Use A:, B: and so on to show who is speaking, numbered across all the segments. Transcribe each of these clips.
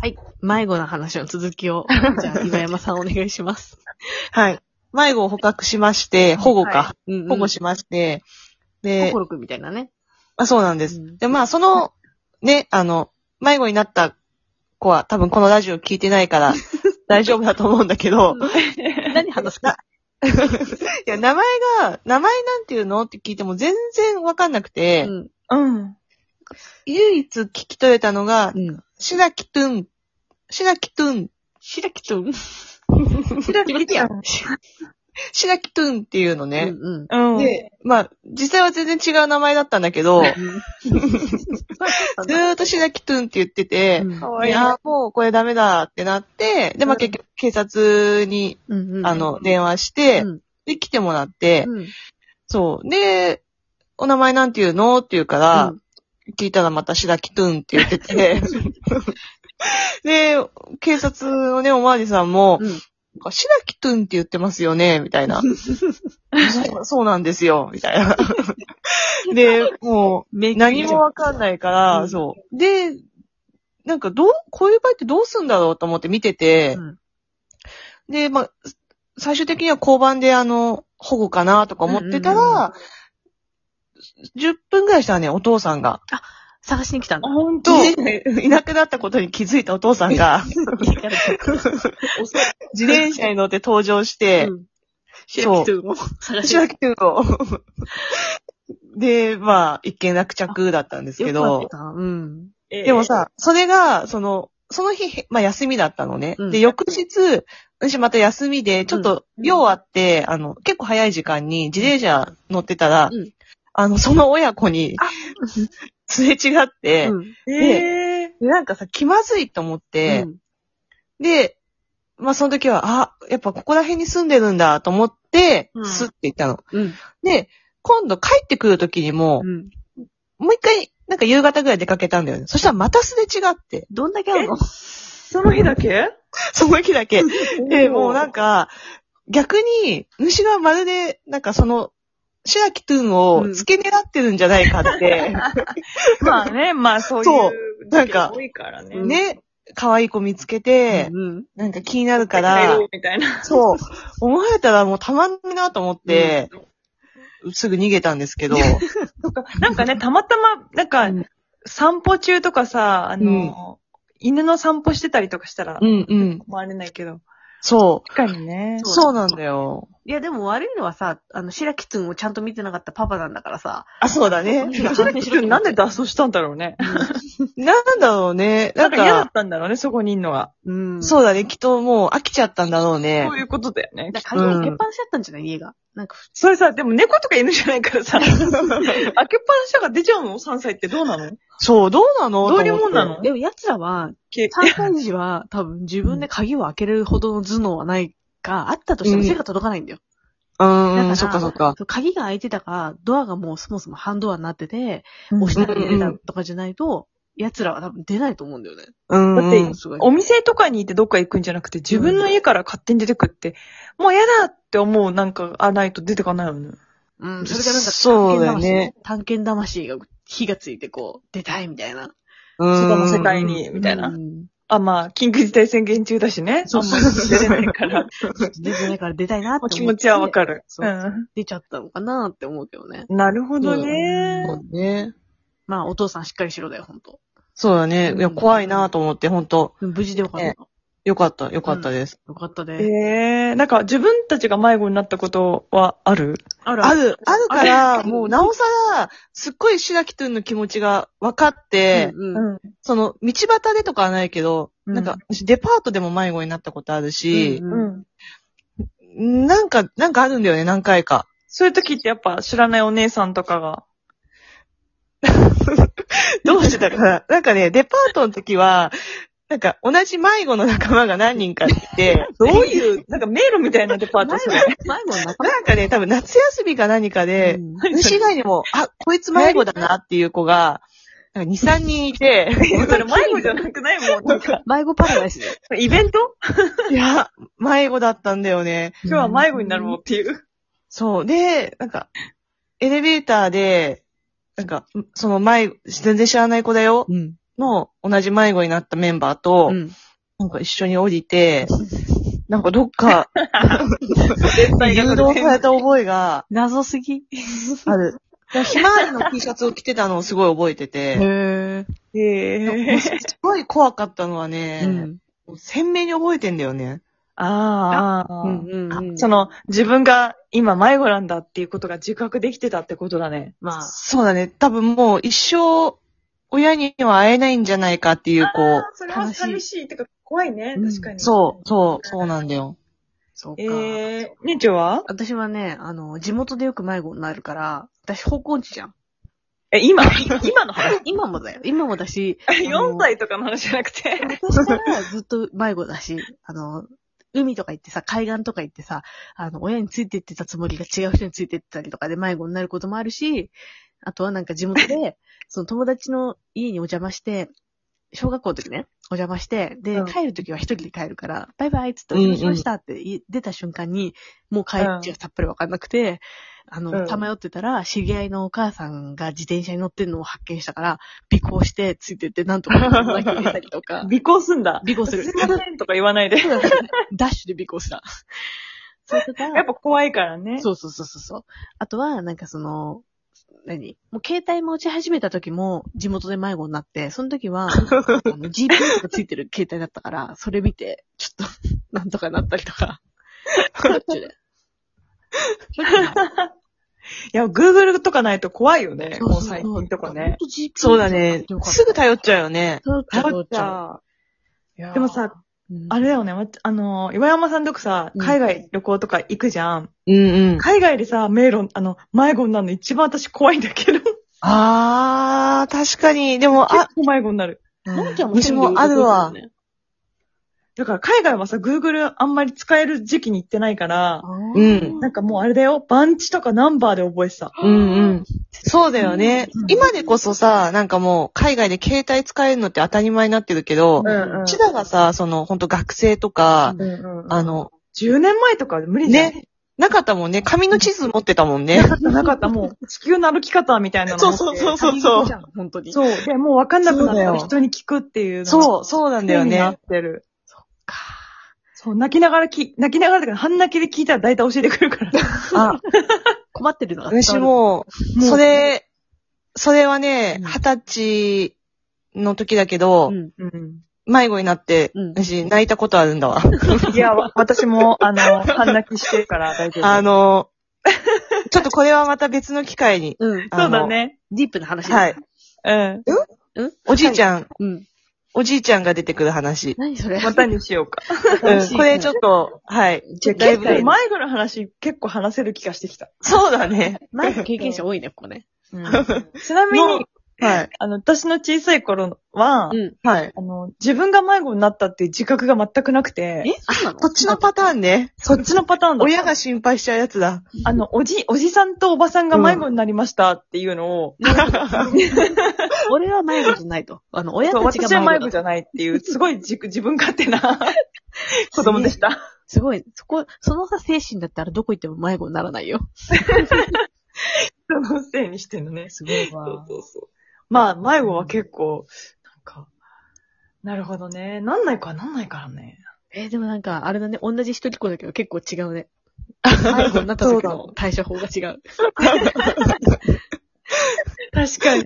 A: はい。迷子の話の続きを、じゃあ、岩山さんお願いし ます。
B: はい。迷子を捕獲しまして、保護か。
A: うんうん。
B: 保護しまして、で
A: ココ、ロくんみたいなね。
B: あ、そうなんです。
A: うん
B: で、まあ、その、ね、あの、迷子になった子は多分このラジオ聞いてな いから、大丈夫だと思うんだけど、
A: 何話す か
B: いや、名前が、名前なんていうのって聞いても全然わかんなくて、
A: うん。
C: うん。
B: 唯一聞き取れたのが
A: う、ん。
B: しなきとん、しなきとん、
A: しらきとん。
B: しな
A: 決まって やん。
B: しなきとんっていうの
A: う
B: ね。
A: んうん。
C: うん。
B: で、まあ、実際は全然違う名前だったんだけど、ずーっとしなきとんって言ってて、
A: うん
C: か
B: い
C: わいい。
B: や、もうこれダメだってなって、で、ま
A: う
B: あ、
A: ん
B: 結局警察に、
A: うんうん
B: あの、電話して、
A: うん
B: で、来てもらって、
A: うん
B: そう。で、お名前なんていうのって言うから、
A: うん
B: 聞いたらまた白木くんって言っ てて、で、警察のね、おまわりさんも、
A: うん
B: なんか白木くんって言ってますよね、みた いな。そうそうなんですよ、みたいな。で、もう、
A: め
B: 何もわかんないから、
A: うん
B: そう。で、なんかどう、こういう場合ってどうすんだろうと思って見てて、
A: うん
B: で、まあ、最終的には交番であの、保護かなとか思ってた
A: うんうんうん
B: ら、10分ぐらいしたらね、お父さんが、
A: 探しに来たんだ。
C: 本当
B: 家でいなくなったことに気づいたお父さ んが、自転車に乗って登場して、
A: しらきとんを探し
B: 白木くんを。で、まあ、一件落着だったんです
A: て
B: け
A: よか
B: ど
A: っ、た。うん。
B: でも、さ、それが、その、その日、へまあ休みだったのね。
A: うん
B: で、翌日、私また休みで、ちょっと
C: うん
B: 用あって、あの、結構早い時間に自転車乗ってたら、
A: うん
B: あの、その親子に
A: あ、
B: すれ違って、
A: うん
C: えええ
B: でなんかさ、気まずいと思って、で、まあその時は、あ、やっぱここら辺に住んでるんだと思って、
C: うん
B: スッて行ったの。
A: うん。
B: で、今度帰ってくる時にも
A: う、ん。
B: もう一回、なんか夕方ぐらい出かけたんだよね。そしたらまたすれ違 って、
A: どんだけあるの
C: その日だけ
B: その日だけ。で、もうなんか、
C: か、
B: 逆に、主がまるで、なんかその、白木くんを付け狙ってるんじゃないかって、
C: まあ ね、まあそう
B: そ
C: いう、
B: なんか
C: 多いからね。
A: うん
B: ね、可愛い子見つけて、
A: うん。
B: なんか気になるか
C: 帰
B: ら
C: ろう、みたいな。
B: そう、思われたらもうたまんないなと思って、すぐ逃げたんですけど、
C: なんかね、たまたま、なんか
B: うん、
C: 散歩中とかさ、あの、犬の散歩してたりとかしたら
B: う、んうん、
C: 回れないけど。
B: そう。
C: 確かにね。
B: そうなんだよ。
A: いや、でも悪いのはさ、あの、白木くんをちゃんと見てなかったパパなんだからさ。
B: あ、そうだね。
C: なんで脱走したんだろうね。
B: なんだろうね。な
C: な
B: んん
C: か嫌だっ
B: か、
C: たんだろうね、そこにいんのは。
A: うん。
B: そうだね。きっともう飽きちゃったんだろうね
C: そう。いうことだよね
A: だ。から鍵開けっぱなしだったんじゃない家が。なんか、
C: それさ、でも猫とか犬じゃないから さ、開けっぱなしが出ちゃうの ?3 歳ってどうなの
B: そう、どうなの
C: どういうもんな
B: と思って
C: の
A: でも奴らは、
C: け
A: 3歳児は多分自分で鍵を開けるほどの頭脳はないか、あったとしても背が届かないんだよ。
B: うん
A: だか
B: う
A: ら
B: ん、そっかそっか。
A: そう鍵が開いてたか、ドアがもうそもそも半ドアになってて、
C: うん
A: 押したら入れたとかじゃないと、奴らは多分出ないと思うんだよね。
B: うんうん。
C: だって
A: すごい。
C: お店とかにいてどっか行くんじゃなくて、自分の家から勝手に出てくって、もう嫌だって思うなんか、あ、ないと出てかないよね。
A: うん、それがなんか
B: そうだよ
A: 探検魂、
B: ね
A: 探検魂が火がついてこう、出たいみたいな。
C: 外
B: 外
C: の世界。に、みたいうな。
A: ん
C: あ、まあ、緊急事態宣言中だしね。
A: そうそう
C: あんまり出れな いから。
A: 出てないから出たいなって
C: お
A: 思って。
C: 気持ちはわかる。
A: そう出ちゃったのかなって思うけどね。
C: うん。なるほど
A: う
C: ね。
B: そうね。
A: まあ、お父さんしっかりしろだよ、ほんと。
B: そうだね。いや、
A: うん
B: 怖いなと思って、本当
A: うん無事でよかった。
B: ねよかった、よかったです。
A: よかったです。
C: ええなんか自分たちが迷子になったことはある
A: あ
B: ある、あるから、
A: あれ
B: もうなおさら、すっごい白木くんの気持ちが分かって、
A: うんうん
C: うん。
B: その、道端でとかはないけど、
C: うん
B: なんか、私デパートでも迷子になったことあるし
A: う、ん
C: うん。
B: なんか、なんかあるんだよね、何回か。
C: そういう時ってやっぱ知らないお姉さんとかが。
B: どうしてたかななんかね、デパートの時は、なんか、同じ迷子の仲間が何人かいて、
C: どういう、なんか迷路みたいなデパート
A: 前
C: そ
A: も
C: れ。、
A: 前も なかっ
B: なんかね、多分夏休みか何か
A: た
B: で、
A: うん
B: 私以外にも、あ、こいつ迷子だなっていう子が、なんか2、3人いて、
C: それ迷子じゃなくないもん。なんか、
A: 迷子パラダイスで。
C: イベント
B: いや、迷子だったんだよね。
C: 今日は迷子になろうっていう。
B: そう。で、なんか、エレベーターで、なんか、その迷子、全然知らない子だよ。
A: うん。
B: の同じ迷子になったメンバーと、
A: うん。
B: なんか一緒に降りて、なんかどっか
C: 絶対
B: 誘導された覚えが
A: 謎すぎ。
B: ある。ひまわりの T シャツを着てたのをすごい覚えて
A: へ
B: て、
A: え。
C: へー。
B: すごい怖かったのは
A: う
B: ね、
A: ん。
B: 鮮明に覚えてんだよね。
C: あ
A: う
C: あ。
A: んうん。
C: そ、の、自分が今迷子なんだっていうことが自覚できてたってことだね。
A: まあ、
B: そうだね。多分もう一生、親には会えないんじゃないかっていう、こう。
C: そ
A: れは寂
C: しい。ってか、怖いね
A: 確かに
B: そう、そう、そうなんだよ。
A: そうか。
C: えー、姉ちゃんは
A: 私はね、あの、地元でよく迷子になるから、私方向音痴じゃん。
C: え、今、今の 話、
A: 今もだよ。今もだしあの
C: ?4 歳とかの話じゃなくて。
A: 昔からずっと迷子だ し、あの、海とか行ってさ、海岸とか行ってさ、あの、親についてってたつもりが違う人についてってたりとかで迷子になることもあるし、あとはなんか地元 で、その友達の家にお邪魔して、小学校の時ね、お邪魔して、で、
C: うん
A: 帰る時は一人で帰るから、バイバイっつって、お
B: うんうん
A: 邪魔しましたってい出た瞬間に、もう帰っちゃさっぱりわかんなくて、あ
C: うん
A: の、さまよってたら、知り合いのお母さんが自転車に乗ってるのを発見したから、尾行して、ついてって、なんとか泣き入れたりと か。
C: 尾行すんだ。
A: 尾行す
C: す
A: る。
C: いませんとか言わな いで。
A: ダッシュで尾行した。そうとか
C: やっぱ怖いからね。
A: そうそうそうそうそう。あとは、なんかその、何もう携帯持ち始めた時も地元で迷子になって、その時は、あの GPS がついてる携帯だったから、それ見て、ちょっと、 なんとかなったりとか。しょっちゅうだよ
C: いや、Google とかないと怖いよね。
A: そうそう
C: もう
A: そう
C: 最近とかね。。
A: ほんと GPS
B: そうだね
A: よ。かった
B: すぐ頼っちゃうよね。
A: 頼っちゃう。頼っちゃ
C: あ
A: う
C: でもさ、
A: うん
C: れだよね。わあの、岩山さんとかさ、
A: うん
C: 海外旅行とか行くじゃん。
B: うんうん。
C: 海外でさ、迷路、あの、迷子になるの一番私怖いんだけど。結
B: あー、確かに。でも、あ、
C: 構迷子になる。
A: のんちゃん
B: うちもあるわ
A: 一人で
C: だから海外はさ、Google あんまり使える時期に行ってないから、
A: 動いて
B: うん
A: るよね。
C: なんかもうあれだよ、番地とかナンバーで覚えてた。
B: うんうん。そうだよね
A: うん。
B: 今でこそさ、なんかもう、海外で携帯使えるのって当たり前になってるけど、
C: んうん
B: 千田がさ、その、ほんと学生とか、
A: うん
C: うん
B: あの、
C: 10年前とか無理じゃん。
B: ね、なかったもんね。紙の地図持ってたもんね
C: な。かった、なかった、も う、地球の歩き方みたいなの持って。
B: そうそう
A: そうそうそう。本当に。
C: そう。で、もう分かんなくなっ
B: そうだ
C: たら
B: よ
C: 人に聞くっていうのが
B: そう、そうなんだよ
C: 癖になっ
B: ね。
C: てる。
A: か
C: そう、泣きながらき、泣きながらだから半泣きで聞いたら大体教えてくるから。
B: あ、
A: 困ってるのが伝わる
B: 私も、
C: もう
B: そ、れ、それはね、
A: うん
B: 二十歳の時だけ
A: う
B: ど、
A: ん。
C: うん。
B: 迷子になって、
A: うん
B: 私、泣いたことあるんだわ。
C: いや、わ私も、あの、半泣きしてるから大丈夫。
B: あの、 ちょっとこれはまた別の機会に。
A: うん。
B: あの
C: そうだ。ね。
A: ディープな話。
B: はい。。
C: うん。
B: おじいちゃん、
A: うん。
B: おじいちゃんが出てくる話。
A: 何それ
C: またにしようか。
B: うん、これちょっと、はい。
A: じゃあ
B: だい
C: 結
B: ぶ
C: 構、迷子の話結構話せる気がしてきた。
B: そうだね。
A: 前の経験者多いね、ここね。
C: ちなみ
B: も
C: に、
B: はい。
C: あの、私の小さい頃は、
A: ん。
B: はい。
C: あの、自分が迷子になったっていう自覚が全くなく て、
A: えそうなの
B: こっちのパターンね。
C: そっちのパターンだった
B: 親が心配しちゃうやつだ。
C: あの、おじ、おじさんとおばさんが迷子になりましたっていうのを、
A: 俺は迷子じゃないと。あの、親
C: そう
A: たち
C: 私は
A: が迷
C: 迷子
A: 子
C: じ
A: だ。
C: ゃないっていう、すごい自自分勝手な 子供でした。
A: すごい。そこ、そのさ、精神だったらどこ行っても迷子にならないよ。
C: そのせいにしてんのね。
A: すごい
C: そう
A: わ。
C: そうそう。まあ、迷子は結構、なんか、なるほどね。なんないかなんないからね。
A: えーでもなんか、あれだね、同じ一人っ子だけど結構違 うね。迷子になった時
B: そうだ
A: の対処法が違う。
C: 確かに。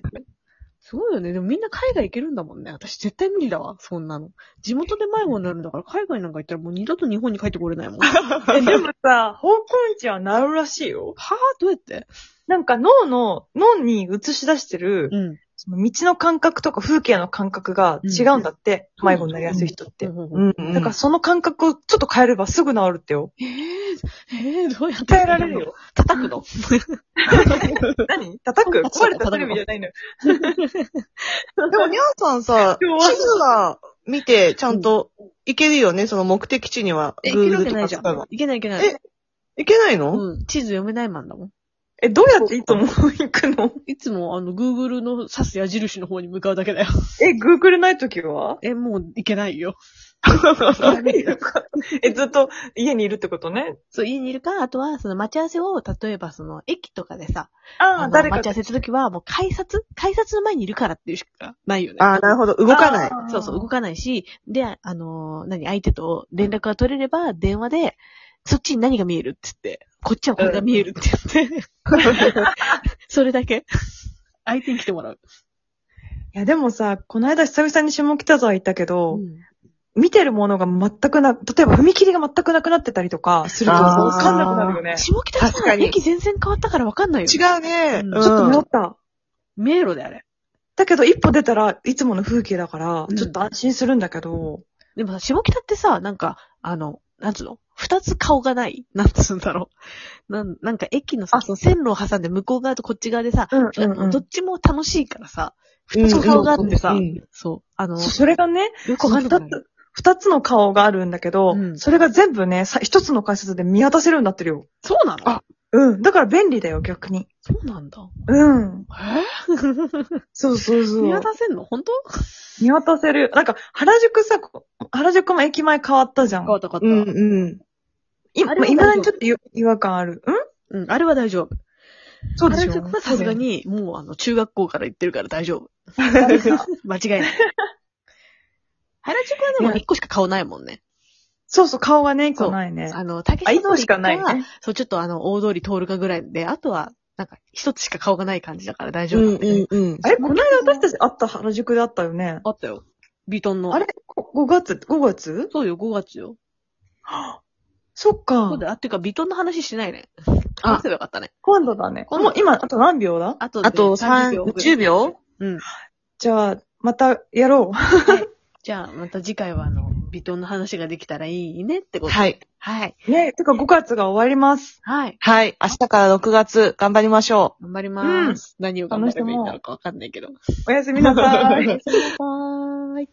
A: すごいよね。でもみんな海外行けるんだもんね。私絶対無理だわ、そんなの。地元で迷子になるんだから、海外なんか行ったらもう二度と日本に帰ってこれないもん。は
C: えでもさ、方向音痴は治るらしいよ。
A: ぁどうやって
C: なんか脳の、脳に映し出してる、
A: うん。
C: その道の感覚とか風景の感覚が違うんだって、
A: うん
C: 迷子になりやすい人って。
A: うん
B: うん、
C: だからその感覚をちょっと変えればすぐ治るってよ。
A: えー、えー、どうやって
C: 変えられるよ。
A: 叩くの
C: 何叩く壊れたテレビじゃないのよ。
B: でも、にゃんさんさ、
C: 今日は
B: 地図は見て、ちゃんと行けるよね、その目的地には。
A: え、いけるわけない
B: Google
A: じ
B: と
A: ゃ
B: か使えば
A: ん。いけないいけない。
B: え行けないの、
A: うん。地図読めないマンだもん。
C: え、どうやっていつも行くの
A: いつもあの、Google の指す矢印の方に向かうだけだよ。
C: え、Google ないときは
A: え、もういけないよ。
C: え、ずっと家にいるってことね。
A: そう、家にいるか、あとは、その待ち合わせを、例えばその、駅とかでさ、
C: ああ、
A: の
C: 誰か
A: 待ち合わせするときは、もう改札改札の前にいるからっていうしかないよね。
B: ああ、なるほど。動かない。
A: そうそう、動かないし、で、あのー何、相手と連絡が取れれば、電話で、そっちに何が見えるって言って、こっちはこれが見えるって言って、それだけ。相手に来てもらう。
C: いや、でもさ、この間久々に下北沢行ったけど、見てるものが全くな、例えば踏切が全くなくなってたりとかすると、
B: あー
C: わかんなくなるよね。
A: 下北
B: 確
A: 沢
B: かに
A: 駅全然変わったから分かんないよ。
B: 違うね。
A: うん
B: うん
C: ちょっと迷った。
A: 迷路であれ。
C: だけど一歩出たらいつもの風景だから
A: う、ん
C: ちょっと安心するんだけど、
A: でもさ、下北ってさ、なんか、あの、なんつうの二つ顔がない。なんつうんだろう。なん、なんか駅のさ、
C: あ
A: その線路を挟んで向こう側とこっち側でさ、
C: うん
A: あのどっちも楽しいからさ、二つ顔があってさ、
B: うん
A: そう、あの、
C: そそれがね、
A: よくわかんな
C: 二
A: くなる
C: つ、二つの顔があるんだけど、
A: うん
C: それが全部ね、さ一つの解説で見渡せるようになってるよ。
A: そうなの
B: あ
C: うん。だから便利だよ、逆に。
A: そうなんだ。
C: うん。
A: えー、
C: そうそうそう。
A: 見渡せんの本当
C: 見渡せる。なんか、原宿さ、こ原宿も駅前変わったじゃん
A: 変。わった変
B: う
A: わ
B: ん
A: った。
B: うん。
C: 今、
A: あれは大丈夫
C: いまだにちょっとよ違和感ある。ん
A: うん、あれは大丈夫。
C: そうで
A: 原
C: しょ
A: 宿はさすが。に、もうあの、中学校から行ってるから大丈夫。間違 いない。原宿はでも
C: いや
A: 一個しか顔ないもんね。
C: そうそう、顔がね、こうないね。
A: あの、竹
C: あ、
A: 下
C: 一
A: 通
C: 個
A: り
C: しかないね。
A: そう、ちょっとあの、大通り通るかぐらいで、あとは、なんか、一つしか顔がない感じだから大丈夫
B: う
A: なん
B: ん
A: だよね
B: うんうん。
C: あれ、この間私たち会った原宿だったよね。
A: あったよ。ビトンの。
C: あれ ?5 月 ?5 月
A: そうよ、5月よ。
C: そっか。
A: そうだよ。あ、てか、ビトンの話してないね。
B: あ
A: 話せばよかったね。
C: 今度だね。
A: 今度
C: もう今、あと何秒だ
A: あとで、
B: あと
A: 30
B: 3、
A: 秒ぐらい
B: 10秒
A: うん。
C: じゃあ、またやろう。
A: じゃあ、また次回は、あの、ビトンの話ができたらいいねってこと。
B: はい。
A: はい。
C: ね、てか5月が終わります。
A: はい。
B: はい。明日から6月、頑張りましょ
A: 頑張ります。何を頑張ればいいんだろうかわかんないけど。
C: おやすみなさ い。
A: はーい。